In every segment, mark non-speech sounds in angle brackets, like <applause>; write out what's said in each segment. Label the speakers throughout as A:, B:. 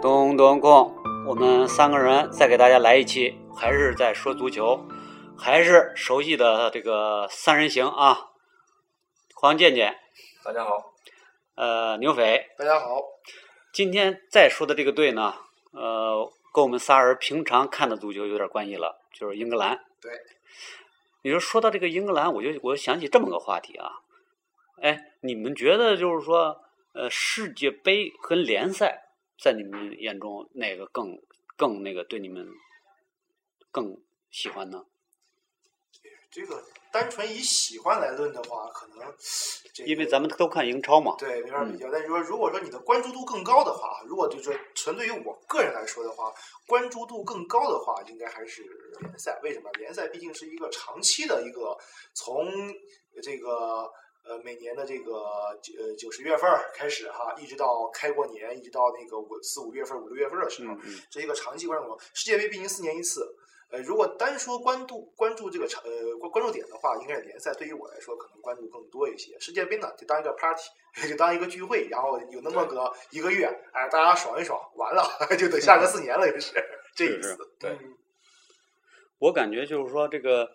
A: 多文空，我们三个人再给大家来一期，还是在说足球，还是熟悉的这个三人行啊。黄健健，
B: 大家好，
A: 呃，牛匪，
C: 大家好，
A: 今天再说的这个队呢，呃，跟我们仨人平常看的足球有点关系了，就是英格兰。
C: 对，
A: 你说说到这个英格兰，我就我想起这么个话题啊，哎，你们觉得就是说，呃，世界杯和联赛在你们眼中哪个更更那个对你们更喜欢呢？
C: 这个单纯以喜欢来论的话，可能这个
A: 因为咱们嗯都看英超嘛，
C: 对没法比较。但是说，如果说你的关注度更高的话，如果就是说纯对于我个人来说的话，关注度更高的话，应该还是联赛。为什么？联赛毕竟是一个长期的一个从这个。呃，每年的这个呃九十月份儿开始哈，一直到开过年，一直到那个五四五月份、五六月份的时候，
A: 嗯嗯，
C: 这是一个长期关注。世界杯毕竟四年一次，呃，如果单说关注关注这个长呃关关注点的话，应该是联赛。对于我来说，可能关注更多一些。世界杯呢，就当一个 party，就 <laughs> 当一个聚会，然后有那么个一个月，哎，大家爽一爽，完了 <laughs> 就等下个四年了，
A: <laughs>
C: 就是这
A: 是
C: 意思。
B: 对
C: 嗯，
A: 我感觉就是说这个，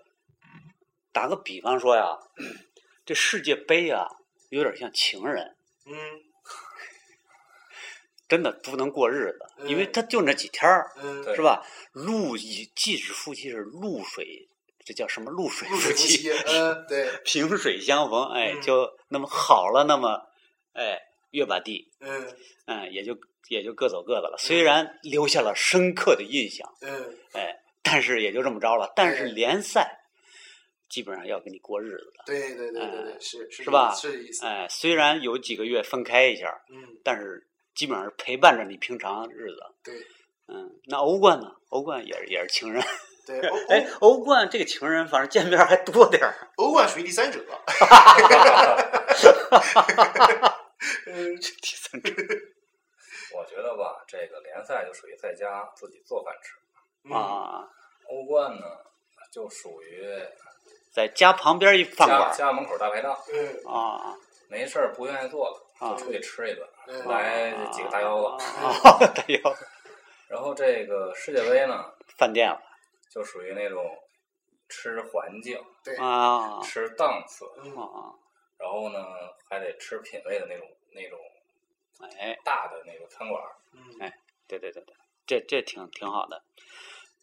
A: 打个比方说呀， <clears throat> 这世界杯啊，有点像情人，
C: 嗯
A: 真的不能过日子，因为
C: 嗯
A: 他就那几天儿。
C: 嗯，
B: 对
A: 是吧？露以即使夫妻是露水，这叫什么露水
C: 入水
A: 夫
C: 夫妻
A: 妻，，
C: 嗯，对，
A: 萍水相逢，哎，
C: 嗯
A: 就那么好了，那么哎越把地，
C: 嗯
A: 嗯，也就也就各走各的了。虽然留下了深刻的印象，
C: 嗯，
A: 哎，但是也就这么着了。但是
C: 对
A: 联赛基本上要给你过日子
C: 对对对对
A: 哎
C: 对，是是
A: 是吧
C: 是这意思
A: 了，。哎，虽然有几个月分开一下，
C: 嗯，
A: 但是基本上是陪伴着你平常日子。
C: 对
A: 嗯，那欧冠呢？欧冠也是也是情人。
C: 对，欧
A: 哎，欧冠这个情人反正见面还多点 <laughs> 儿。
C: 欧欧冠属于第三者。嗯
A: 第三者
B: 我觉得吧，这个联赛就属于在家自己做饭吃，
C: 嗯
A: 啊，
B: 欧冠呢就属于
A: 在家旁边一饭
B: 家
A: 馆
B: 家门口大排档，
C: 嗯
A: 儿啊
B: 没事儿不愿意做了
A: 啊
B: 就出去吃一顿，
C: 嗯
B: 来这几个大腰子。
A: 子，啊大腰子
B: 然后这个世界杯呢，
A: 饭店了
B: 就属于那种吃环境、
C: 对
A: 啊
B: 吃档次，
C: 嗯
A: 啊，
B: 然后呢还得吃品味的那种那种
A: 哎，
B: 大的那个餐馆儿。
C: 嗯
A: 对对对对，这这挺挺好的，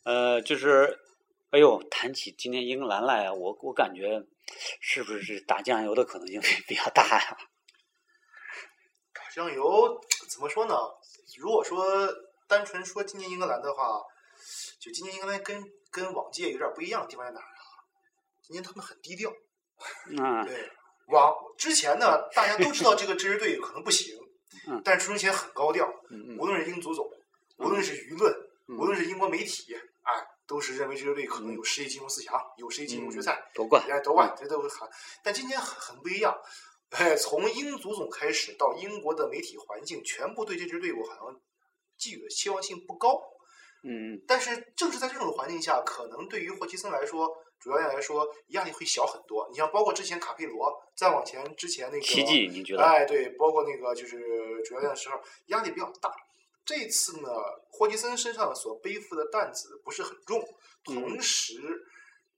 A: 呃，就是。哎呦，谈起今年英格兰来啊，我我感觉是不是打酱油的可能性比比较大呀、 <laughs>
C: 酱油怎么说呢？如果说单纯说今年英格兰的话，就今年英格兰跟跟往届有点不一样的地方在哪儿啊？今年他们很低调。
A: 那
C: 对，往之前呢，大家都知道这个这支队可能不行
A: <laughs> 嗯，
C: 但是出生前很高调，
A: 嗯
C: 无
A: 嗯
C: 论是英足总，无论是舆论，
A: 嗯
C: 无论是英国媒体，哎，都是认为这支队可能有实力进入四强，有实力进入决赛。
A: 夺冠，
C: 哎，夺冠这都是喊，但今年很很不一样。 <laughs> 哎，从英足总开始到英国的媒体环境，全部对这支队伍好像寄予的期望性不高。
A: 嗯嗯
C: 但是正是在这种环境下，可能对于霍奇森来说，主教练来说压力会小很多。你像包括之前卡佩罗，再往前之前那个
A: 奇迹，你觉
B: 啊
A: 得？
C: 哎，对，包括那个就是主教练的时候，压力比较大。这一次呢，霍奇森身上所背负的担子不是很重，
A: 嗯
C: 同时，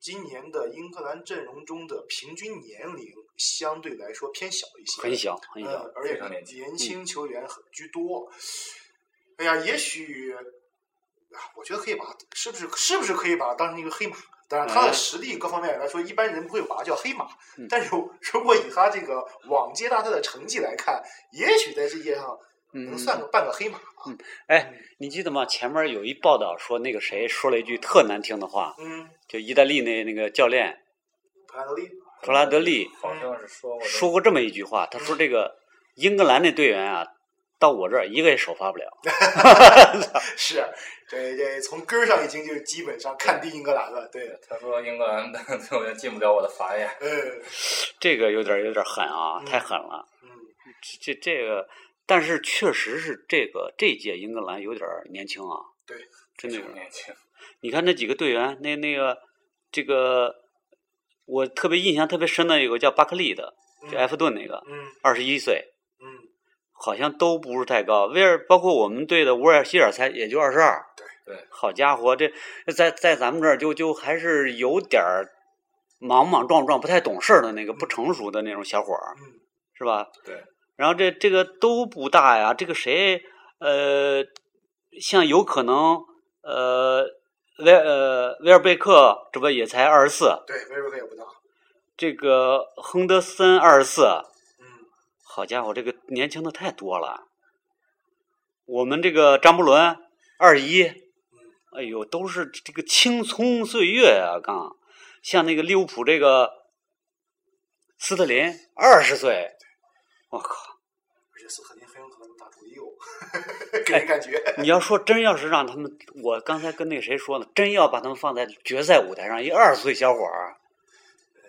C: 今年的英格兰阵容中的平均年龄相对来说偏小一些，
A: 很小很
C: 嗯
A: 小，，
C: 而且
B: 非常年轻
C: 年轻球员很居多。哎呀，也许啊，我觉得可以把它是不是是不是可以把它当成一个黑马？当然，他
A: 哎
C: 的实力各方面来说，一般人不会把它叫黑马。
A: 嗯
C: 但是 <laughs> 如果以他这个往届大赛的成绩来看，也许在世界上能
A: 嗯，
C: 算个半个黑马吧。
A: 哎，你记得吗？前面有一报道说那个谁说了一句特难听的话，
C: 嗯，
A: 就意大利那那个教练
C: 普拉德利，
A: 普拉德利
B: 好像是说过这
A: 说过这么一句话，他说这个英格兰那队员啊，到我这儿一个也首发不了。
C: 是这这从根儿上已经就基本上看低英格兰了。对，
B: 他说英格兰的 <laughs> 队员进不了我的法眼，
C: 嗯
A: 这个有点有点狠啊，
C: 嗯
A: 太狠了。
C: 嗯，
A: 这这这个，但是确实是这个这届英格兰有点年轻啊。
C: 对，
A: 真的有
B: 挺
A: 点。
B: 年轻。
A: 你看那几个队员，那那个这个，我特别印象特别深的有个叫巴克利的，就
C: 嗯
A: 埃弗顿那个，
C: 嗯
A: 二十一岁，
C: 嗯
A: 好像都不是太高。威尔包括我们队的乌尔希尔才也就二十二，
B: 对对，
A: 好家伙，这在在咱们这儿就就还是有点儿莽莽撞撞、不太懂事儿的那个不成熟的那种小伙儿，
C: 嗯，
A: 是吧？
B: 对。
A: 然后这这个都不大呀，这个谁呃，像有可能呃威呃威尔贝克这不也才二十四，
C: 对，威尔贝克也不大，
A: 这个亨德森二十四，
C: 嗯，
A: 好家伙，这个年轻的太多了。我们这个张伯伦二一，哎呦，都是这个青葱岁月啊！刚，像那个利物浦这个斯特林二十岁，我靠！
C: 而且斯特林很有可能能打主力哦，给人感觉，
A: 你要说真要是让他们，我刚才跟那个谁说呢，真要把他们放在决赛舞台上，一二十岁小伙儿，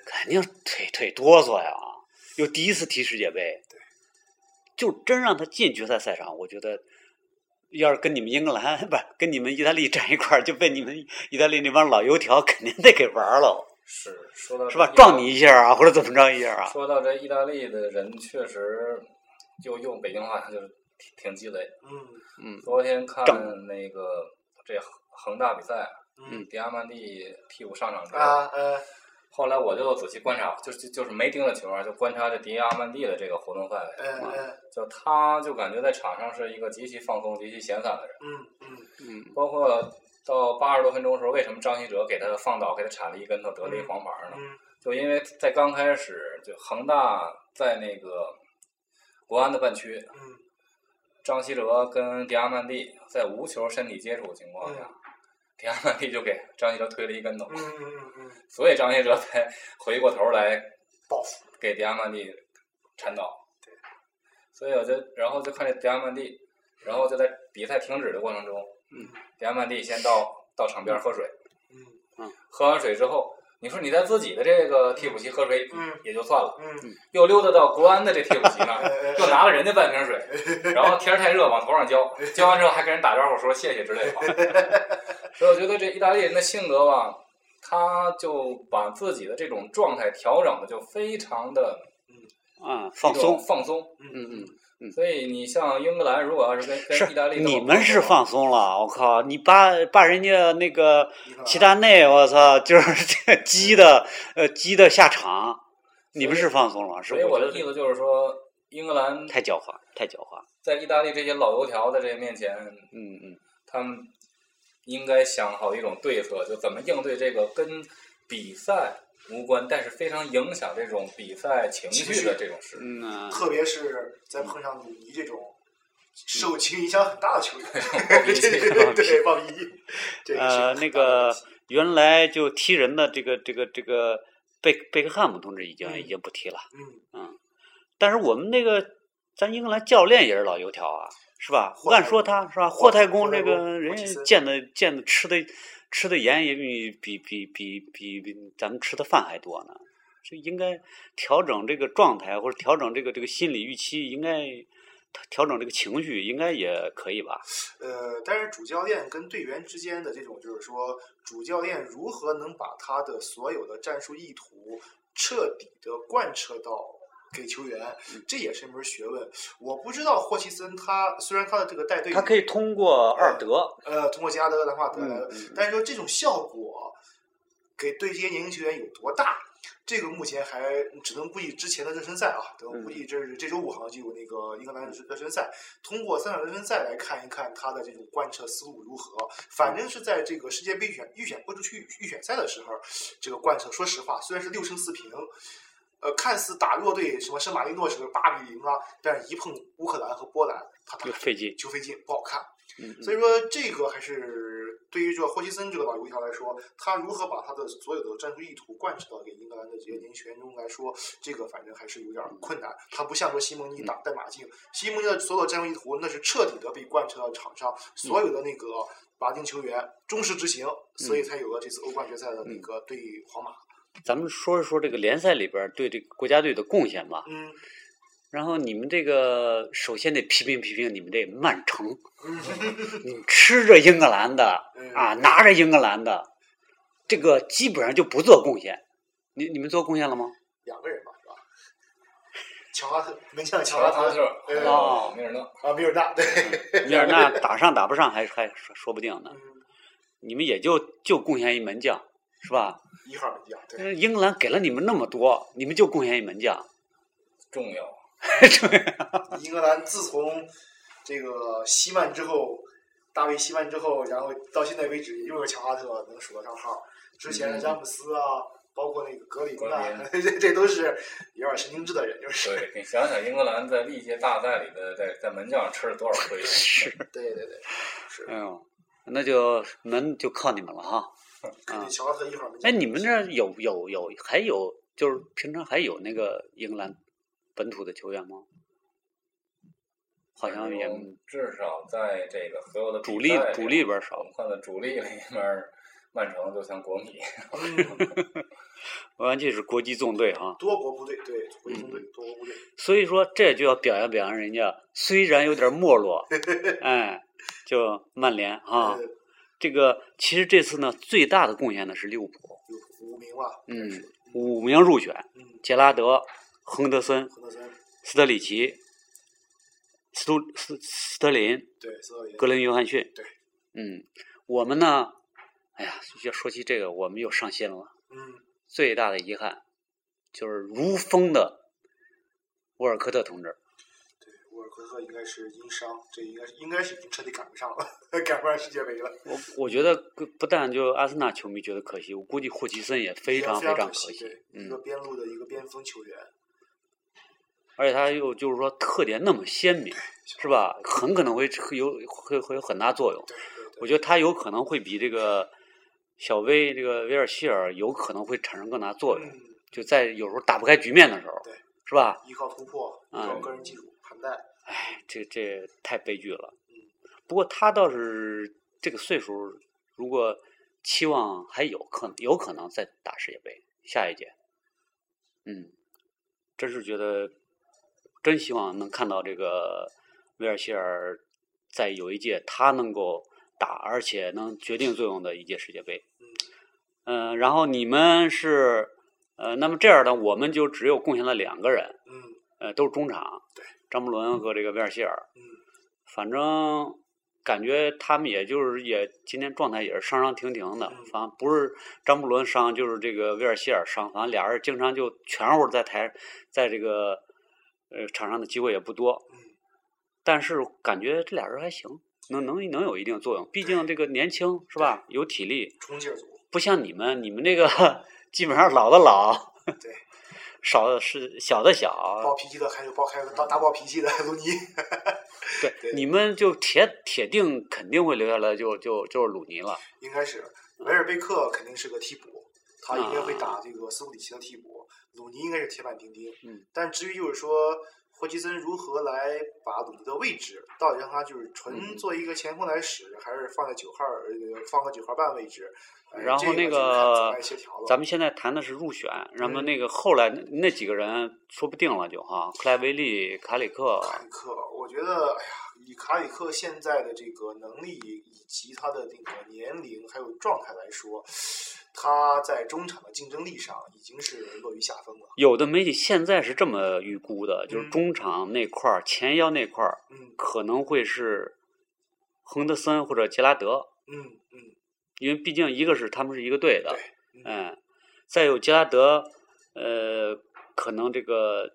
A: 肯定腿腿哆嗦呀！又第一次踢世界杯，就真让他进决赛赛场，我觉得要是跟你们英格兰不是跟你们意大利站一块儿，就被你们意大利那帮老油条肯定得给玩儿了，
B: 是说到
A: 是吧
B: 这？意大
A: 撞你一下啊，或者怎么着一下啊？
B: 说到这意大利的人，确实就用北京话讲就是挺挺鸡肋。
C: 嗯
A: 嗯
B: 昨天看
A: 正
B: 那个这恒大比赛，
A: 嗯
B: 迪亚曼蒂替补上场之后，
C: 啊呃，
B: 后来我就仔细观察，就就就是没盯着球啊，就观察这迪亚曼蒂的这个活动范围，
C: 呃呃，
B: 就他就感觉在场上是一个极其放松、极其闲散的人。
C: 嗯嗯，
A: 嗯
B: 包括到八十多分钟的时候，为什么张稀哲给他放倒，给他铲了一跟头，得了一黄牌呢？
C: 嗯
B: 就因为在刚开始，就恒大在那个国安的半区，
C: 嗯
B: 张稀哲跟迪亚曼蒂在无球身体接触的情况下，迪亚曼蒂就给张稀哲推了一跟头，
C: 嗯嗯嗯嗯，
B: 所以张稀哲才 <laughs> 回过头来
C: 报复，
B: 给迪亚曼蒂铲倒。
C: 对，
B: 所以我就然后就看这迪亚曼蒂，然后就在比赛停止的过程中，
A: 嗯，
B: 迪亚曼蒂先到到场边喝水，
C: 嗯
B: 喝完水之后，你说你在自己的这个替补席喝水
C: 嗯
B: 也就算了，
C: 嗯，
B: 又溜达到国安的这替补席那
C: 哎哎
B: 儿，又拿了人家半瓶水，然后天儿太热往头上浇，浇完之后还跟人打招呼说谢谢之类的话。所以我觉得这意大利人的性格吧，他就把自己的这种状态调整的就非常的
A: 啊，放松，
B: 放松。
A: 嗯嗯。
B: 所以你像英格兰，如果要是跟
A: 是
B: 跟意大利斗
A: 你们是
B: 的话
A: 放松了，我靠！你把把人家那个
C: 你看
A: 齐达内，我操，就是这激的，呃，激的下场。你们是放松了，是
B: 所以我
A: 觉
B: 的
A: 得
B: 意思就是说，英格兰
A: 太狡猾，太狡猾。
B: 在意大利这些老油条的这些面前，
A: 嗯嗯，
B: 他们应该想好一种对策，就怎么应对这个跟比赛无关，但是非常影响这种比赛情绪的这种事。
A: 嗯呐
C: 特别是在碰上鲁尼这种
A: 嗯
C: 受其影响很大的
A: <laughs>
C: 球员，
B: 比
C: <laughs> 对对对，鲍比，这个是
A: 呃，那个原来就踢人的这个这个这个贝贝克汉姆同志已经
C: 嗯
A: 已经不踢了，
C: 嗯，
A: 但是我们那个咱英格兰教练也是老油条啊，是吧？
C: 霍太
A: 按说他是吧？
C: 霍
A: 霍
C: 太
A: 太
C: 公
A: 公这
C: 霍太
A: 个
C: 公
A: 人
C: 霍奇
A: 家
C: 森
A: 见的见的吃的吃的盐也比比比比比比咱们吃的饭还多呢，这应该调整这个状态或者调整这个这个心理预期，应该调调整这个情绪，应该也可以吧？
C: 呃，但是主教练跟队员之间的这种，就是说，主教练如何能把他的所有的战术意图彻底的贯彻到给球员，
A: 嗯
C: 这也是一门学问。我不知道霍奇森他虽然他的这个带队，
A: 他可以通过二德，
C: 呃通过加德兰帕德来
A: 嗯
C: 的，，但是说这种效果给对接年轻球员有多大，这个目前还只能估计之前的热身赛啊，等
A: 嗯
C: 我估计这是这周五好像就有那个英格兰热身赛，通过三场热身赛来看一看他的这种贯彻思路如何。反正是在这个世界杯预选预选播出去预选赛的时候，这个贯彻，说实话，虽然是六胜四平。呃，看似打弱队，什么圣马力诺什么八比零啊，但是一碰乌克兰和波兰，他打
A: 就费劲。
C: 就费劲，不好看。
A: 嗯，
C: 所以说，这个还是对于这霍奇森这个老油条来说，他如何把他的所有的战术意图贯彻到给英格兰的这些年轻球员中来说，这个反正还是有点困难。他不像说西蒙尼打带马竞，西蒙尼的所有战术意图那是彻底的被贯彻到场上，所有的那个马竞球员忠实执行，所以才有了这次欧冠决赛的那个对皇马。
A: 咱们说一说这个联赛里边儿对这个国家队的贡献吧。
C: 嗯，
A: 然后你们这个首先得批评批评你们这曼城，
C: 嗯
A: 你们吃着英格兰的
C: 嗯
A: 啊，拿着英格兰的，这个基本上就不做贡献。你你们做贡献了吗？
C: 两个人吧，是吧？乔哈特门将乔
B: 乔拉
C: 哈
B: 汤
C: 特
B: 特，
C: 对
B: 哦，米尔纳，
C: 啊，米尔纳对，
A: 米尔纳打上打不上还还说不定呢。
C: 嗯
A: 你们也就就贡献一门将，是吧？
C: 一号门将对，
A: 呃英格兰给了你们那么多，你们就贡献一门将，
B: 重要。
C: 英格兰自从这个西曼之后，大卫西曼之后，然后到现在为止，也就有乔哈特能数得上号，之前的
B: 嗯
C: 詹姆斯啊，包括那个格林啊，<laughs>
B: 格
C: 这这都是有点神经质的人，就是
B: 对你想想，英格兰在历届大赛里的在在门将上吃了多少亏？啊
A: 是，
C: 对对对，是
A: 哎呦，那就门就靠你们了哈。
C: 肯定乔哈特一号门将。
A: 哎，你们这儿有有有还有就是平常还有那个英格兰本土的球员吗？ <laughs> 好像也
B: 嗯至少在这个所有的比赛
A: 主力
B: 里
A: 主力，边儿少
B: 我。们看到主力里面儿，曼城就像国米，
C: 嗯
A: 完全是国际纵队哈、
C: 多国部队对，国际中队多国部队，
A: 所以说这就要表扬表扬人家，虽然有点没落，哎，就曼联啊
C: 呃，，
A: 这个其实这次呢最大的贡献呢是利物浦，
C: 有五名吧，
A: 嗯，五名入选，
C: 嗯，
A: 杰拉德、亨德森、
C: 亨德森
A: 斯特里奇、斯图斯斯特林、
C: 对，斯特林
A: 格林约翰逊，
C: 对，
A: 嗯，我们呢，哎呀，要说起这个，我们又上心了。
C: 嗯，
A: 最大的遗憾就是如风的沃尔科特同志，
C: 沃尔科特应该是因伤，这应该是应该是已经彻底赶不上了， <laughs> 赶不上世界杯了，
A: 我我觉得不不但就阿森纳球迷觉得可惜，我估计霍奇森也非常
C: 非
A: 非常
C: 可
A: 可惜
C: 对，一
A: 嗯
C: 个，边路的一个边锋球员，
A: 而且他又就是说特点那么鲜明，是吧？很可能会有会会有很大作用。
C: 对对对，
A: 我觉得他有可能会比这个小威这个威尔希尔有可能会产生更大作用，
C: 嗯，
A: 就在有时候打不开局面的时候
C: 对，
A: 是吧？
C: 依靠突破，依
A: 嗯
C: 靠个人技术盘带，
A: 这这太悲剧了
C: 嗯。
A: 不过他倒是这个岁数，如果期望还有可有可能再打世界杯下一届，嗯，真是觉得真希望能看到这个威尔希尔在有一届他能够打，而且能决定作用的一届世界杯。
C: 嗯，
A: 嗯、然后你们是呃，那么这样呢，我们就只有贡献了两个人，
C: 嗯
A: 呃，都是中场，
C: 对，
A: 张伯伦和这个威尔希尔。
C: 嗯，
A: 反正感觉他们也就是也今天状态也是上上停停的
C: 嗯，
A: 反正不是张伯伦伤就是这个威尔希尔伤，反正俩人经常就全乎在台，在这个呃场上的机会也不多，
C: 嗯，
A: 但是感觉这俩人还行，能能能有一定作用，毕竟这个年轻是吧，有体力，
C: 冲劲儿足，
A: 不像你们，你们这个 <laughs> 基本上老的老，
C: 对，
A: <laughs> 少的是小的小，
C: 暴脾气的还有暴
A: 嗯
C: 开大大暴脾气的鲁尼， <laughs>
A: 对
C: 对，
A: 你们就铁铁定肯定会留下来就，就就是鲁尼了。
C: 应该是
A: 嗯
C: 维尔贝克肯定是个替补，他应该
A: 啊
C: 会打这个斯库里奇的替补，鲁尼应该是铁板钉钉。
A: 嗯，
C: 但至于就是说霍奇森如何来把鲁尼的位置，到底让他就是纯
A: 嗯
C: 做一个前锋来使，还是放在九号儿呃放个九号半位置？呃
A: 然后
C: 这
A: 那
C: 个就是看怎
A: 个
C: 么来协调了。
A: 咱们现在谈的是入选，那么
C: 嗯
A: 那个后来那那几个人说不定了就哈，克莱维利、卡里克，
C: 卡里克，我觉得，哎呀，以卡里克现在的这个能力以及他的那个年龄还有状态来说，他在中场的竞争力上已经是落于下风了。
A: 有的媒体现在是这么预估的，就是
C: 嗯
A: 中场那块儿、前腰那块儿
C: 嗯
A: 可能会是亨德森或者杰拉德，
C: 嗯嗯，
A: 因为毕竟一个是他们是一个队的
C: 对，嗯
A: 嗯，再有杰拉德，呃，可能这个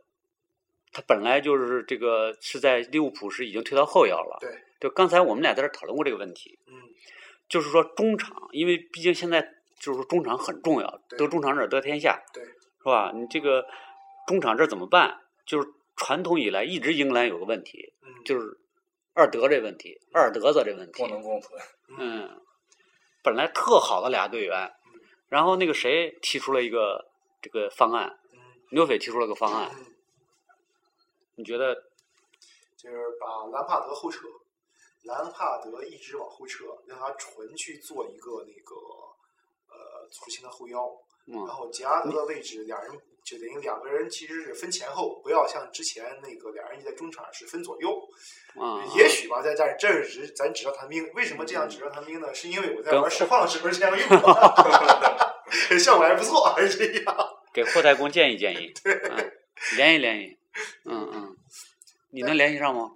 A: 他本来就是这个是在利物浦是已经退到后腰了，
C: 对，
A: 就刚才我们俩在这儿讨论过这个问题，
C: 嗯
A: 就是说中场，因为毕竟现在就是说中场很重要，
C: 对
A: 得中场者得天下，
C: 对
A: 是吧？你这个中场这怎么办？就是传统以来一直英格兰有个问题，
C: 嗯，
A: 就是二德这问题，二德子这问题
B: 不，能共存。
A: 嗯，本来特好的俩队员，然后那个谁提出了一个这个方案，
C: 嗯
A: 牛匪提出了个方案，
C: 嗯，
A: 你觉得
C: 就是把兰帕德后撤，兰帕德一直往后撤，让他纯去做一个那个呃粗心的后腰，
A: 嗯
C: 然？后杰拉德的位置，两人就等于两个人其实是分前后，不要像之前那个两人一直在中场是分左右。 <laughs>
A: 啊，
C: 也许吧，在这儿这儿只咱纸上谈兵，为什么这样纸上谈
A: 嗯
C: 兵呢？是因为我在
A: 跟
C: 玩实况的时候这样用，
A: <laughs>
C: 效果还不错，还是这样。 <laughs>
A: 啊给霍太公建议建议，嗯，联系联系，嗯，你能联系上吗？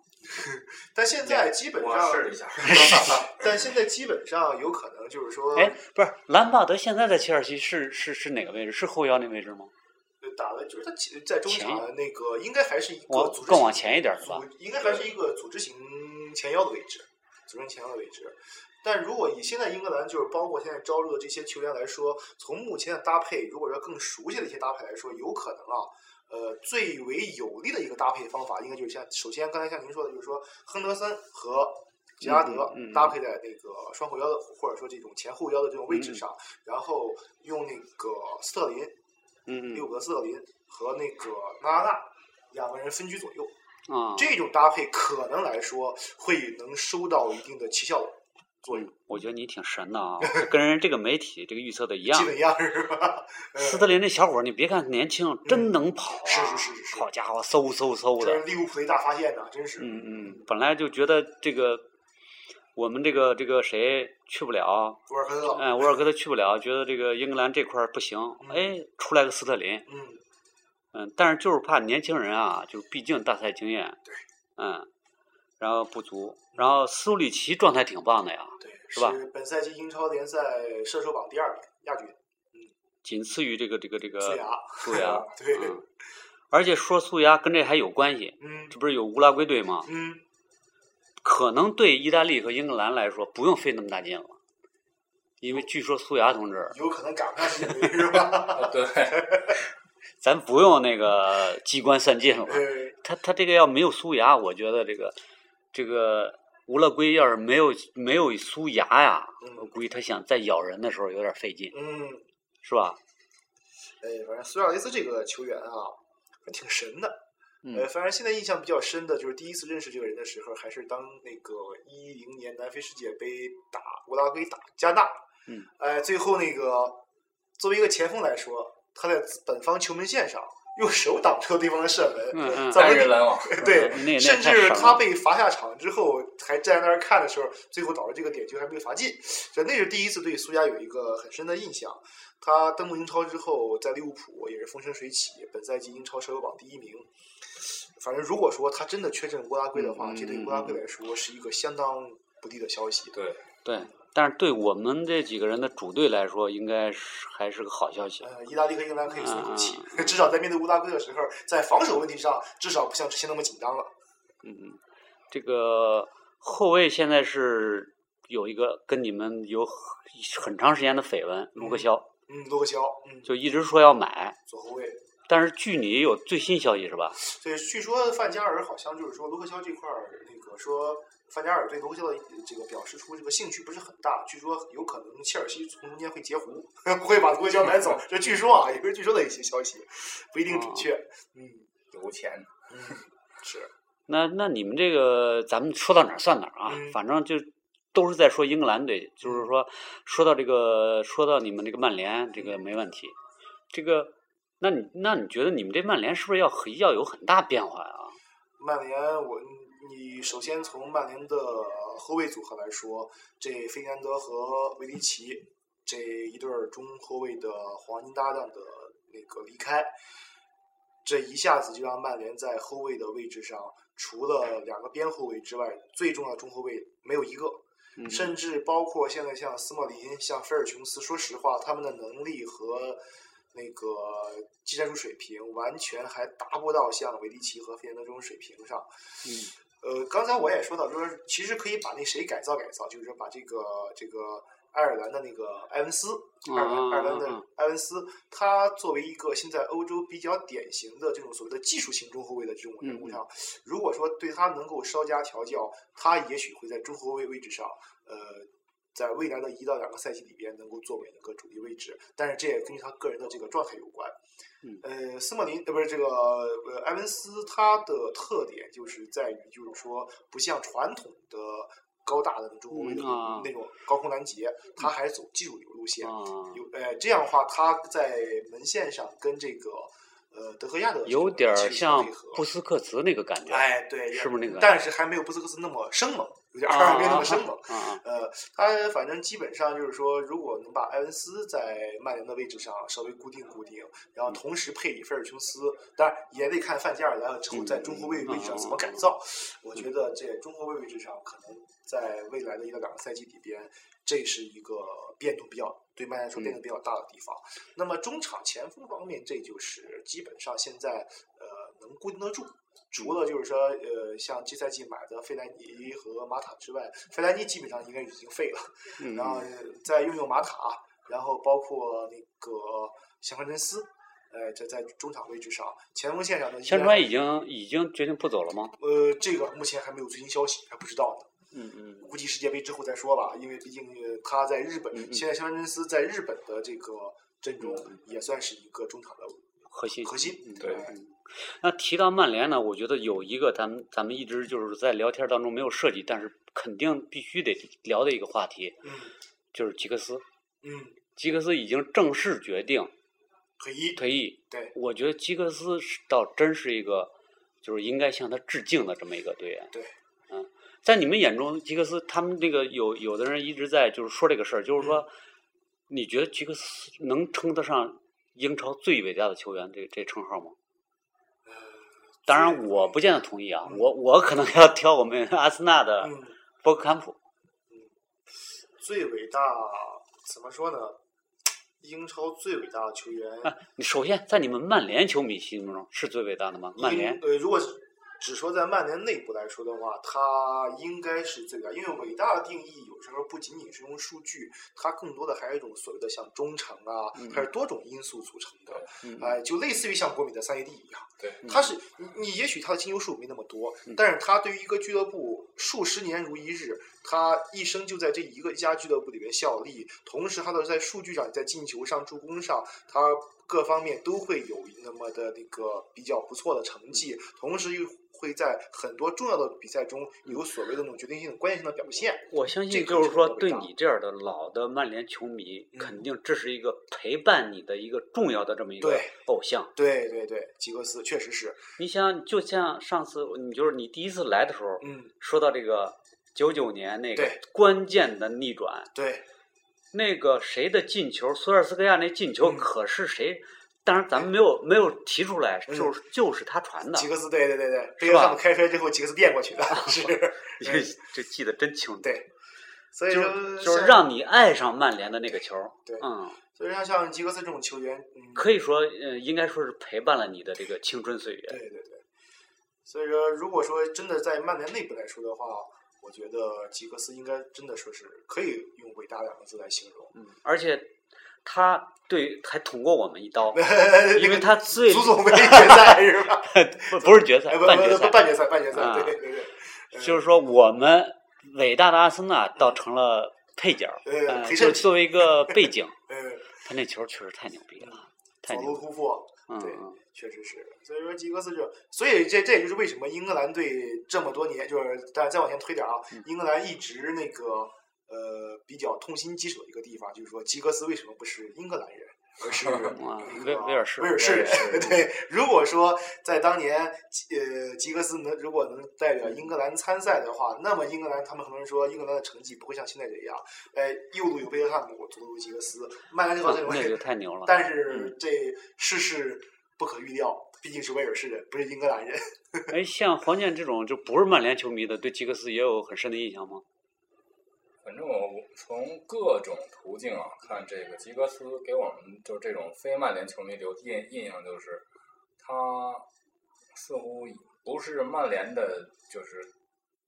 C: 但现在基本
B: 我
C: 上，
B: 试一下，
C: 但现在基本上有可能就是说，
A: 哎，不是，兰帕德现在在切尔西是是是哪个位置？是后腰那位置吗？
C: 打了就是他其在中
A: 前
C: 场那个应该还是一个
A: 往
C: 组织
A: 更
C: 型
A: 往前一点是吧？
C: 组应该还是一个组织型前腰的位置，组织型前腰的位置。但如果以现在英格兰就是包括现在招入的这些球员来说，从目前的搭配，如果说更熟悉的一些搭配来说，有可能啊，呃，最为有利的一个搭配方法，应该就是像首先刚才像您说的，就是说亨德森和杰拉德
A: 嗯嗯嗯
C: 搭配在那个双后腰的或者说这种前后腰的这种位置
A: 嗯
C: 上，然后用那个斯特林、
A: 嗯嗯
C: 利物浦的斯特林和那个纳拉纳两个人分居左右。
A: 啊，
C: 这种搭配可能来说会能收到一定的奇效作用，
A: 我觉得你挺神的啊，跟人这个媒体这个预测的一样啊
C: 基。本样是吧？呃
A: 斯特林这小伙儿，你别看年轻，真能跑啊！
C: 是是是是是
A: 好家伙，嗖嗖嗖
C: 这
A: 的
C: 是。利物浦的一大发现呐、真是。
A: 嗯嗯，本来就觉得这个我们这个这个谁去不了，
C: 博尔赫特，
A: 嗯，沃尔科特去不了，觉得这个英格兰这块儿不行，哎，出来个斯特林，
C: 嗯，
A: 嗯，但是就是怕年轻人啊，就是毕竟大赛经验，
C: 对，
A: 嗯，然后不足，然后斯图里奇状态挺棒的呀，
C: 对，
A: 是吧
C: 本赛季英超联赛射手榜第二名，亚军，
A: 仅次于这个这个这个
C: 苏牙，
A: 苏牙，
C: <laughs> 对，
A: 嗯，而且说苏牙跟这还有关系，
C: 嗯
A: 这不是有乌拉圭队吗？
C: 嗯，
A: 可能对意大利和英格兰来说不用费那么大劲了，因为据说苏牙同志，
C: 有可能赶不上世界杯是吧？ <laughs>
B: 啊 <laughs>
A: <laughs>
B: 对，
A: 咱不用那个机关算尽了。
C: 呃，
A: 他他这个要没有苏牙，我觉得这个这个乌拉圭要是没有没有苏牙呀，
C: 嗯
A: 我估计他想再咬人的时候有点费劲，
C: 嗯，
A: 是吧？
C: 哎，反正苏亚雷斯这个球员啊，还挺神的。
A: 嗯
C: 呃，反正现在印象比较深的就是第一次认识这个人的时候，还是当那个一零年南非世界杯打乌拉圭打加纳，
A: 嗯，
C: 哎、最后那个作为一个前锋来说，他在自本方球门线上用手挡住了对方的
A: <laughs>
C: 射门，
A: 嗯嗯，
C: 咱
B: 单
C: 们
B: 人拦网，
C: 对，
A: 那那
C: 甚
A: 太神
C: 至
A: 了
C: 他被罚下场之后，还站在那儿看的时候，最后导致这个点球还没有罚进。这那是第一次对苏亚有一个很深的印象。他登陆英超之后，在利物浦也是风生水起，本赛季英超射手榜第一名。反正如果说他真的缺阵乌拉圭的话，
A: 嗯
C: 这对
A: 嗯
C: 乌拉圭来说是一个相当不利的消息。
B: 对，
A: 对，但是对我们这几个人的主队来说，应该是还是个好消息。
C: 呃，意大利和英格兰可以松一口气
A: 嗯，
C: <laughs> 至少在面对乌拉圭的时候，在防守问题上至少不像之前那么紧张了。
A: 嗯嗯，这个后卫现在是有一个跟你们有很很长时间的绯闻，卢克肖
C: 嗯，罗克肖，嗯，
A: 就一直说要买，
C: 左后卫。
A: 但是据你有最新消息是吧？
C: 对，据说范加尔好像就是说卢克肖这块儿，那个说范加尔对卢克肖的这个表示出这个兴趣不是很大，据说有可能切尔西从中间会截胡， <laughs> 会把卢克肖买走，这据说啊，也是据说的一些消息，不一定准确。嗯
B: 有钱，
C: 嗯，是，
A: 那那你们这个，咱们说到哪儿算哪儿啊？
C: 嗯
A: 反正就都是在说英格兰队，就是说说到这个，说到你们这个曼联，这个没问题。这个，那你那你觉得你们这曼联是不是要很要有很大变化啊？
C: 曼联我。你首先从曼联的后卫组合来说，这费迪南德和维迪奇这一对儿中后卫的黄金搭档的那个离开，这一下子就让曼联在后卫的位置上，除了两个边后卫之外，最重要的中后卫没有一个。
A: 嗯
C: 甚至包括现在像斯莫林、像菲尔琼斯，说实话，他们的能力和那个技战术水平完全还达不到像维迪奇和费南德这种水平上。
A: 嗯
C: 呃，刚才我也说到，就是说其实可以把那谁改造改造，就是说把这个这个爱尔兰的那个埃文斯，爱尔兰爱尔兰
A: 嗯嗯嗯
C: 的埃文斯，他作为一个现在欧洲比较典型的这种所谓的技术型中后卫的这种人
A: 嗯
C: 物上，如果说对他能够稍加调教，他也许会在中后卫位置上，呃。在未来的一到两个赛季里边，能够作为一个主力位置，但是这也根据他个人的这个状态有关。
A: 嗯
C: 呃，斯莫林呃不是这个呃埃文斯，他的特点就是在于就是说不像传统的高大的中国
A: 嗯
C: 那种、
A: 啊嗯
C: 那种高空拦截，他还走技术流路线。
A: 啊，
C: 有呃这样的话，他在门线上跟这个呃德赫亚的这
A: 有
C: 种
A: 点儿
C: 技术
A: 像
C: 配合
A: 布斯克茨那个感觉，
C: 哎对，
A: 是不是那个
C: 但是还没有布斯克斯那么生猛。有点二没那么深吧。
A: 啊啊，
C: 呃，他反正基本上就是说，如果能把埃文斯在曼联的位置上稍微固定固定，然后同时配以菲尔琼斯，当然也得看范加尔来之后在中后卫位置上怎么改造。我觉得这中后卫位置上，可能在未来的一到两个赛季里边，这是一个变动比较对曼联来说变动比较大的地方。那么中场前锋方面，这就是基本上现在呃能固定得住。除了就是说，呃，像这赛季买的费莱尼和马塔之外，费莱尼基本上应该已经废了，
A: 嗯
C: 然后呃再用用马塔，然后包括那个香川真司，呃，这在中场位置上，前锋线上的
A: 香川已经已经决定不走了吗？
C: 呃，这个目前还没有最新消息，还不知道呢。
A: 嗯嗯
C: 估计世界杯之后再说吧，因为毕竟呃他在日本，
A: 嗯嗯
C: 现在香川真司在日本的这个阵中也算是一个中场的
A: 核心
C: 核心。
A: 嗯
B: 对
C: 哎
A: 那提到曼联呢，我觉得有一个咱们咱们一直就是在聊天当中没有涉及，但是肯定必须得聊的一个话题，
C: 嗯
A: 就是吉克斯。
C: 嗯，
A: 吉克斯已经正式决定
C: 可以，
A: 退役，
C: 对，
A: 我觉得吉克斯是倒真是一个，就是应该向他致敬的这么一个队员。
C: 对，
A: 嗯，在你们眼中，吉克斯他们这个有有的人一直在就是说这个事儿，就是
C: 嗯
A: 说，你觉得吉克斯能称得上英超最伟大的球员这这称号吗？当然，我不见得同意啊，
C: 嗯
A: 我我可能要挑我们阿森纳的
C: 嗯。
A: 博格坎普。
C: 最伟大怎么说呢？英超最伟大的球员，
A: 你首先在你们曼联球迷心目中是最伟大的吗？曼
C: 英
A: 联，
C: 呃，如果只说在曼联内部来说的话，他应该是最伟大，因为伟大的定义有时候不仅仅是用数据，它更多的还有一种所谓的像忠诚啊，
A: 嗯
C: 还是多种因素组成的。
A: 嗯
C: 哎、就类似于像国米的三叶地一样，
B: 对，
C: 他是你你也许他的金球数没那么多，
A: 嗯
C: 但是他对于一个俱乐部数十年如一日，他一生就在这一个一家俱乐部里面效力，同时他的在数据上、在进球上、助攻上，他各方面都会有那么的那个比较不错的
A: 嗯
C: 成绩，同时又会在很多重要的比赛中有所谓的那种决定性的、关键性的表现。
A: 我相
C: 这
A: 信，
C: 个
A: 就是
C: 是
A: 说，
C: 我的
A: 对
C: 答
A: 你这样的老的曼联球迷，
C: 嗯
A: 肯定这是一个陪伴你的一个重要的这么一个
C: 对
A: 偶像。
C: 对对对，吉格斯确实是，
A: 你想，就像上次你就是你第一次来的时候，
C: 嗯，
A: 说到这个九九年那个
C: 对
A: 关键的逆转，
C: 对，
A: 那个谁的进球，索尔斯克亚那进球
C: 嗯
A: 可是谁？当然，咱们没有没有提出来，
C: 嗯
A: 就是就是他传的
C: 吉，格斯，对对对对，
A: 是
C: 贝克汉
A: 吧啊
C: 姆开出来之后，吉格斯垫过去的，是，
A: 这这记得真清楚。
C: 嗯对，所以
A: 就
C: 说
A: 是就是
C: 像
A: 让你爱上曼联的那个球。
C: 对
A: 嗯，
C: 所以像像吉格斯这种球员，嗯，
A: 可以说，呃，应该说是陪伴了你的这个青春岁月。
C: 对对对。所以说，如果说真的在曼联内部来说的话，我觉得吉格斯应该真的说是可以用“伟大”两个字来形容，，
A: 嗯，而且他对还捅过我们一刀
C: <laughs> 那
A: 因为
C: 个
A: 他最
C: 足总杯决赛是吧？
A: <laughs> 不不是决赛
C: 哎，不
A: <laughs> 半决
C: 不不，
A: 赛，
C: 半决赛，半决赛，
A: 啊
C: 对对对，
A: 就是说我们伟大的阿森纳倒成了配角，
C: 嗯
A: 呃，
C: 陪
A: 就
C: 衬
A: 作为一个
C: <laughs>
A: 背景，
C: 嗯，
A: 他那球确实太牛逼了，太
C: 左
A: 牛
C: 嗯路
A: 逼了，
C: 突破，
A: 嗯
C: 对
A: 嗯，
C: 确实是。所以说吉格斯就，所以这这也就是为什么英格兰队这么多年，就是但再往前推点啊，
A: 嗯
C: 英格兰一直那个呃比较痛心疾首的一个地方，就是说吉格斯为什么不是英格兰人，
A: <laughs>
C: 而是
A: 哇
C: 那
A: 威
C: 个
A: 威尔士
C: 啊威尔士人。 <laughs> 对，如果说在当年，呃，吉格斯能如果能代表英格兰参赛的话，那么英格兰他们很多人说英格兰的成绩不会像现在这样，哎，右路有贝克汉姆，左路有吉格斯，曼联这套阵容
A: 那就太牛了。
C: 但是这世事不可预料，毕竟是威尔士人，不是英格兰人。
A: 哎，像黄健这种就不是曼联球迷的，对吉克斯也有很深的印象吗？
B: 反正我从各种途径啊看，这个吉格斯给我们就是这种非曼联球迷留印印象就是，他似乎不是曼联的，就是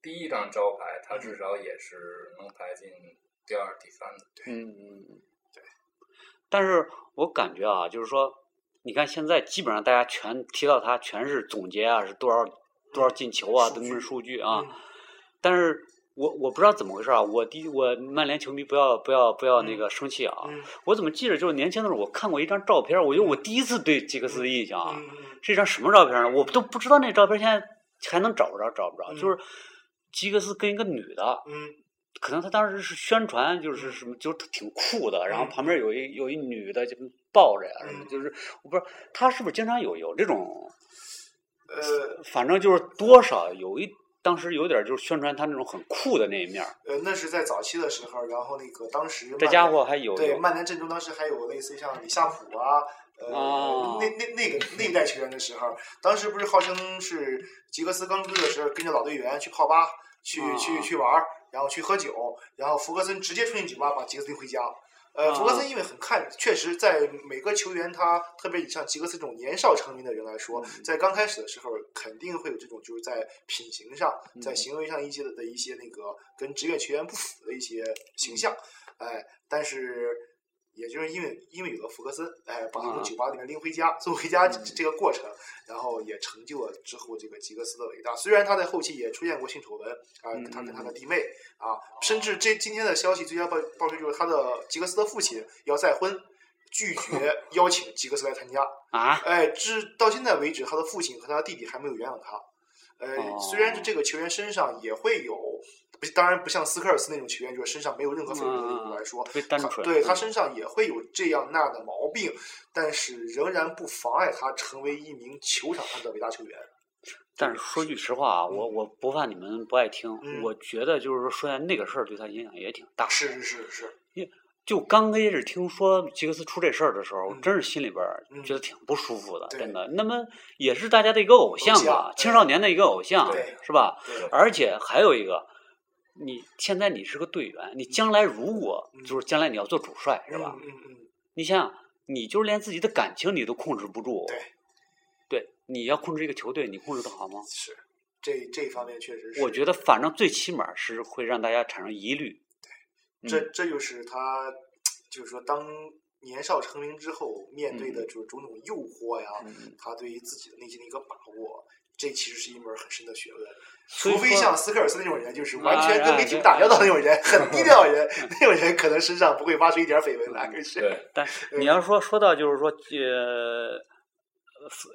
B: 第一张招牌，他至少也是能排进第二、第三的。
A: 嗯，嗯，对。但是我感觉啊，就是说，你看现在基本上大家全提到他，全是总结啊，是多少多少进球啊，
C: 数
A: 等等
C: 据嗯
A: 数据啊。但是我我不知道怎么回事啊，我第一我曼联球迷不要不要不要那
C: 嗯
A: 个生气啊！
C: 嗯
A: 我怎么记着就是年轻的时候我看过一张照片，我觉得我第一次对吉克斯的印象啊，
C: 嗯嗯
A: 是一张什么照片呢？我都不知道那照片现在还能找不着找不着，
C: 嗯
A: 就是吉克斯跟一个女的，
C: 嗯
A: 可能他当时是宣传，就是什么，就是他挺酷的，然后
C: 嗯
A: 旁边有一有一女的就抱着呀什么，
C: 嗯
A: 就是我不知道他是不是经常有有这种，
C: 呃，
A: 反正就是多少有一当时有点就是宣传他那种很酷的那一面儿，
C: 呃，那是在早期的时候，然后那个当时
A: 这
C: 曼
A: 家
C: 联
A: 伙还有
C: 对
A: 有
C: 曼联阵中当时还有类似于像李夏普啊，呃，
A: 哦
C: 那那那个那一代球员的时候，当时不是号称是吉格斯刚哥的时候，跟着老队员去泡吧，去、
A: 啊
C: 去去玩儿，然后去喝酒，然后福格森直接冲进酒吧把吉格斯推回家。呃，
A: 啊
C: 福格森因为很看，确实在每个球员他，特别像吉格斯这种年少成名的人来说，
A: 嗯
C: 在刚开始的时候，肯定会有这种就是在品行上、在
A: 嗯
C: 行为上一些的的一些那个跟职业球员不符的一些形象，哎，但是也就是因为因为有了福格森，哎，把他从
A: 啊
C: 酒吧里面拎回家，送回家这
B: 嗯
C: 这个过程，然后也成就了之后这个吉格斯的伟大。虽然他在后期也出现过性丑闻啊
A: 嗯，
C: 他跟他
A: 嗯
C: 的弟妹啊，甚至这今天的消息最佳报报出就是他的吉格斯的父亲要再婚。
A: <laughs>
C: 拒绝邀请吉格斯来参加，
A: 啊，
C: 哎，至到现在为止，他的父亲和他的弟弟还没有原谅他。呃，
A: 哦
C: 虽然是这个球员身上也会有，不，当然不像斯科尔斯那种球员，就是身上没有任何绯闻的
A: 嗯嗯嗯
C: 来说，
A: 特别单
C: 他
A: 纯，嗯
C: 对他身上也会有这样那样的毛病，但是仍然不妨碍他成为一名球场上的伟大球员。
A: 但是说句实话啊，我我不怕你们不爱听，
C: 嗯
A: 我觉得就是说，虽然那个事儿对他影响也挺大，
C: 是是是是，
A: 就刚开始听说吉格斯出这事儿的时候，
C: 嗯
A: 真是心里边儿
C: 嗯
A: 觉得挺不舒服的，
C: 对
A: 真的。那么也是大家的一个偶像
C: 偶
A: 吧
C: 像，
A: 青少年的一个偶像
C: 对，
A: 是吧？
C: 对
A: 而且还有一个，你现在你是个队员，你将来如果
C: 嗯
A: 就是将来你要做主帅，是吧？
C: 嗯嗯嗯，
A: 你想想，你就是连自己的感情你都控制不住，
C: 对
A: 对，你要控制一个球队，你控制的好吗？
C: 是这这方面确实是。
A: 我觉得，反正最起码是会让大家产生疑虑。嗯
C: 这这就是他，就是说当年少成名之后面对的就是种种诱惑呀，
A: 嗯
C: 他对于自己的内心的一个把握，这其实是一门很深的学问。
A: 所以
C: 除非
A: 说
C: 像斯科尔斯那种人，就是
A: 啊
C: 完全跟
A: 啊
C: 媒体
A: 对
C: 不打交道的那种
A: <laughs>
C: 人，很低调的人，那种人可能身上不会挖出一点绯闻
A: 嗯
C: 来。是，
B: 对，
A: 但你要说说到就是说，呃，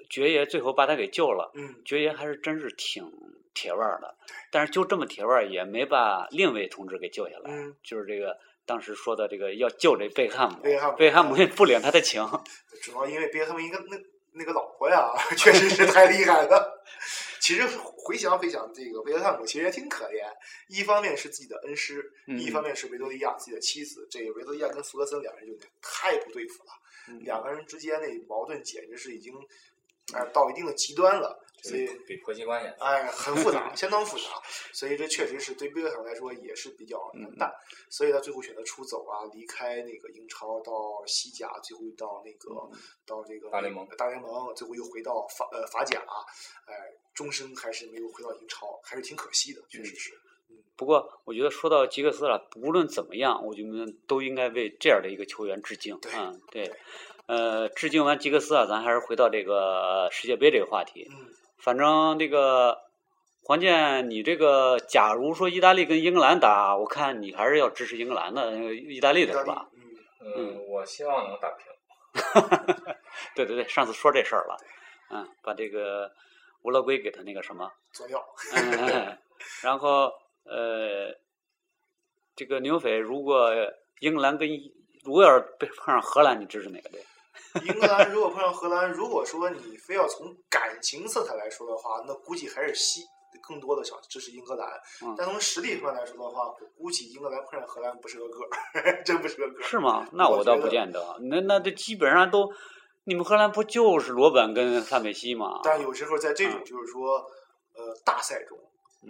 A: 爵爷最后把他给救了，
C: 嗯，
A: 爵爷还是真是挺铁腕儿的，但是就这么铁腕儿也没把另一位同志给救下来，
C: 嗯
A: 就是这个当时说的这个要救这贝克汉姆，
C: 贝克汉姆
A: 也不领他的情，
C: 主要因为别克汉姆一个那那个老婆呀， <laughs> 确实是太厉害了。其实回想回想，这个维克汉姆其实也挺可怜。一方面是自己的恩师，
A: 嗯
C: 一方面是维多利亚自己的妻子。这维多利亚跟福格森两人就太不对付了，两个人之间那矛盾简直是已经哎到一定的极端了。所以
B: 比婆媳关系。嗯
C: 哎，很复杂，相当复杂，所以这确实是对贝克汉姆来说也是比较难办，所以他最后选择出走啊，离开那个英超到西甲，最后到那个、到这个
B: 大联盟
C: 大联盟，最后又回到法呃法甲，哎、终身还是没有回到英超，还是挺可惜的，确实是。
A: 不过，我觉得说到吉格斯了，无论怎么样，我觉得都应该为这样的一个球员致敬。
C: 对
A: 嗯，对，呃，致敬完吉格斯啊，咱还是回到这个世界杯这个话题。
C: 嗯，
A: 反正这个黄健，你这个假如说意大利跟英格兰打，我看你还是要支持英格兰的，呃意大利
C: 意
A: 的
C: 大
A: 是
C: 利
A: 吧？，
C: 嗯，
B: 嗯，我希望能打平。
A: 对对对，上次说这事儿了，嗯，把这个乌拉圭给他那个什么，
C: 左右，
A: 嗯， <laughs> 然后呃，这个牛匪如果英格兰跟如果要是被碰上荷兰，你支持哪个队？
C: 英格兰如果碰上荷兰，如果说你非要从感情色彩来说的话，那估计还是西更多的想支持英格兰。
A: 嗯
C: 但从实力上来说的话，我估计英格兰碰上荷兰不是个个儿， <laughs> 真不是个个儿。
A: 是吗？那
C: 我
A: 我倒
C: 觉
A: 不
C: 得
A: 见得，那那这基本上都，你们荷兰不就是罗本跟范佩西吗？
C: 但有时候在这种
A: 嗯
C: 就是说，呃，大赛中，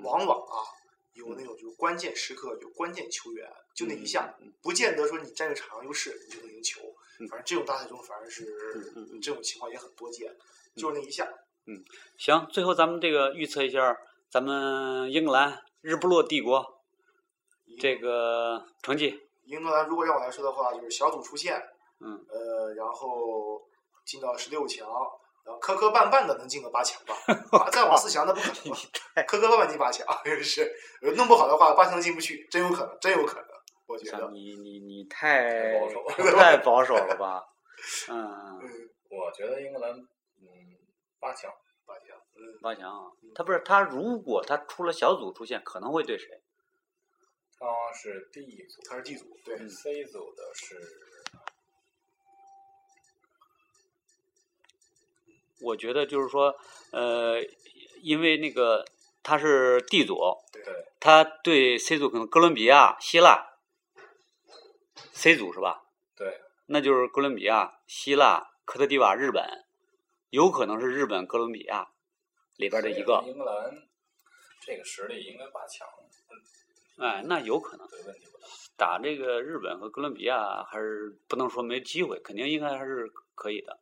C: 往往啊
A: 嗯
C: 有那种就是关键时刻有关键球员，就那一下，不见得说你占据场上优势你就能赢球。
A: 嗯
C: 反正这种大赛中，反正是
A: 嗯嗯
C: 这种情况也很多见，就是那一下。
A: 行，最后咱们这个预测一下，咱们英格兰日不落帝国这个成绩，
C: 英格兰如果让我来说的话，就是小组出线，
A: 嗯，
C: 呃，然后进到十六强，然后磕磕绊绊的能进个
A: <laughs>
C: 八强吧，啊，再往四强那不可能了，磕磕绊绊进八强，是呃弄不好的话，八强进不去，真有可能，真有可能，我觉得，
A: 你你你太
B: 保守
A: 太保守了吧？嗯，
C: 嗯，
B: 我觉得英格兰，嗯，八强。
C: 八强，嗯，
A: 八强啊，他不是他，如果他出了小组出线，可能会对谁？
B: 他是 D 组
C: 他是 D 组，对，
B: ，C 组的是
A: 我觉得就是说，呃，因为那个他是 D 组，
C: 对
B: 对
A: 他对 C 组可能哥伦比亚、希腊，C 组是吧？
B: 对，
A: 那就是哥伦比亚、希腊、科特迪瓦、日本，有可能是日本、哥伦比亚里边的一个，
B: 英格兰这个实力应该八强，
A: 哎，那有可能
B: 对问题不大。
A: 打这个日本和哥伦比亚还是不能说没机会，肯定应该还是可以的。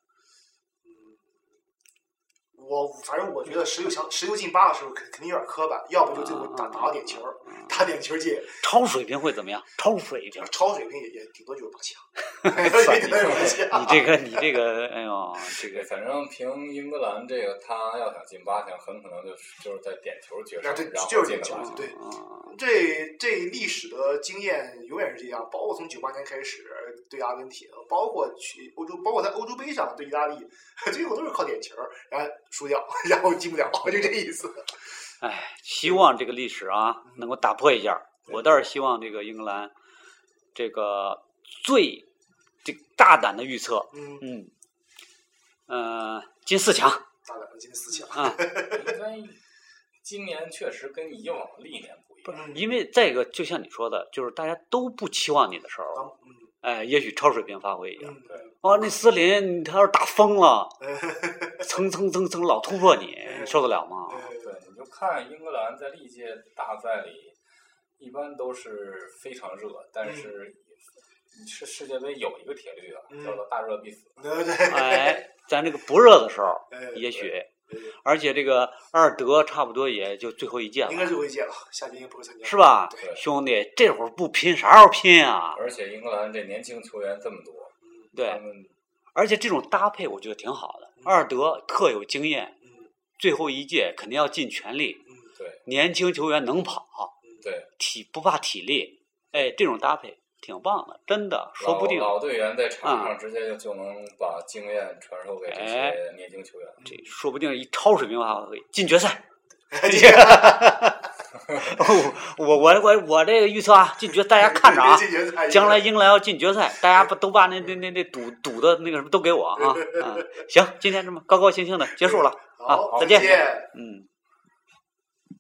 C: 我反正我觉得十六强十六进八的时候肯肯定有点磕巴，要不就最后
A: 嗯
C: 打打到点球，打点球进，
A: 超水平会怎么样？超水平，
C: 超水平也也顶多就是八强， <laughs>
A: 算 <laughs>
C: 也
A: 你
C: 顶多就是
A: <laughs>
C: 八
A: 你
C: 强。
A: 这个你这个，哎呦，这
B: 对，
A: 个
B: 反正凭英格兰这个，他要想进八强，很可能就是就是在点球决
C: 啊
B: 胜
C: 对，
B: 然
C: 就
B: 后
C: 是
B: 进
C: 点
B: 了
C: 球
B: 八强。
C: 对
A: 嗯
C: 这这历史的经验永远是这样，包括从九八年开始对阿根廷，包括去欧洲，包括在欧洲杯上对意大利， <laughs> 最后都是靠点球，然后输掉， <laughs> 然后进不了，就这意思。
A: 哎，希望这个历史啊能够打破一下。我倒是希望这个英格兰，这个最这个大胆的预测，
C: 嗯，
A: 嗯，呃，进四强
C: 大胆的进四强。
A: 啊，
B: 因为今年确实跟以往历年不一样，
C: 嗯，
A: 因为再一个，就像你说的，就是大家都不期望你的时候，
C: 嗯
A: 哎，也许超水平发挥一样。
C: 嗯，
A: 哦，那斯林他要是打疯了，
C: <laughs>
A: 蹭蹭蹭蹭老突破你，
C: 嗯
A: 你受得了吗？
C: 呃，
B: 对，你就看英格兰在历届大赛里，一般都是非常热，但是是世界杯有一个铁律啊，
C: 嗯
B: 叫做大热必死。
C: 对对，
A: 哎，咱这个不热的时候，
C: 呃
A: 也许，
C: 嗯对对
A: 而且这个二德差不多也就最后一届
C: 应该
A: 了，
C: 最后一届了，下届应该不会参加，
A: 是？吧？
B: 对
A: 兄弟，这会儿不拼啥时候拼啊？
B: 而且英格兰这年轻球员这么多，他
C: 嗯
A: 对，
B: 们
A: 而且这种搭配我觉得挺好的。二德特有经验，
C: 嗯
A: 最后一届肯定要尽全力。
C: 嗯，
A: <laughs>
C: <laughs>
B: 对
A: 年轻球员能跑，
B: 对，
A: 体不怕体力，哎，这种搭配挺棒的，真的，说不定
B: 老老队员在场
A: 嗯
B: 上直接就就能把经验传授
A: 哎
B: 给这些年轻球员。
A: 这说不定一超水平发挥进决赛。 <laughs> 我我我我这个预测啊，进决大家看着啊
B: <laughs>
C: 别，进决赛
A: 将来英格兰要进决赛，大家不都把那那那那赌赌的那个什么都给我啊？嗯，行，今天这么高高兴兴的结束了啊
C: 好，，
A: 再
C: 见
A: 见，。嗯。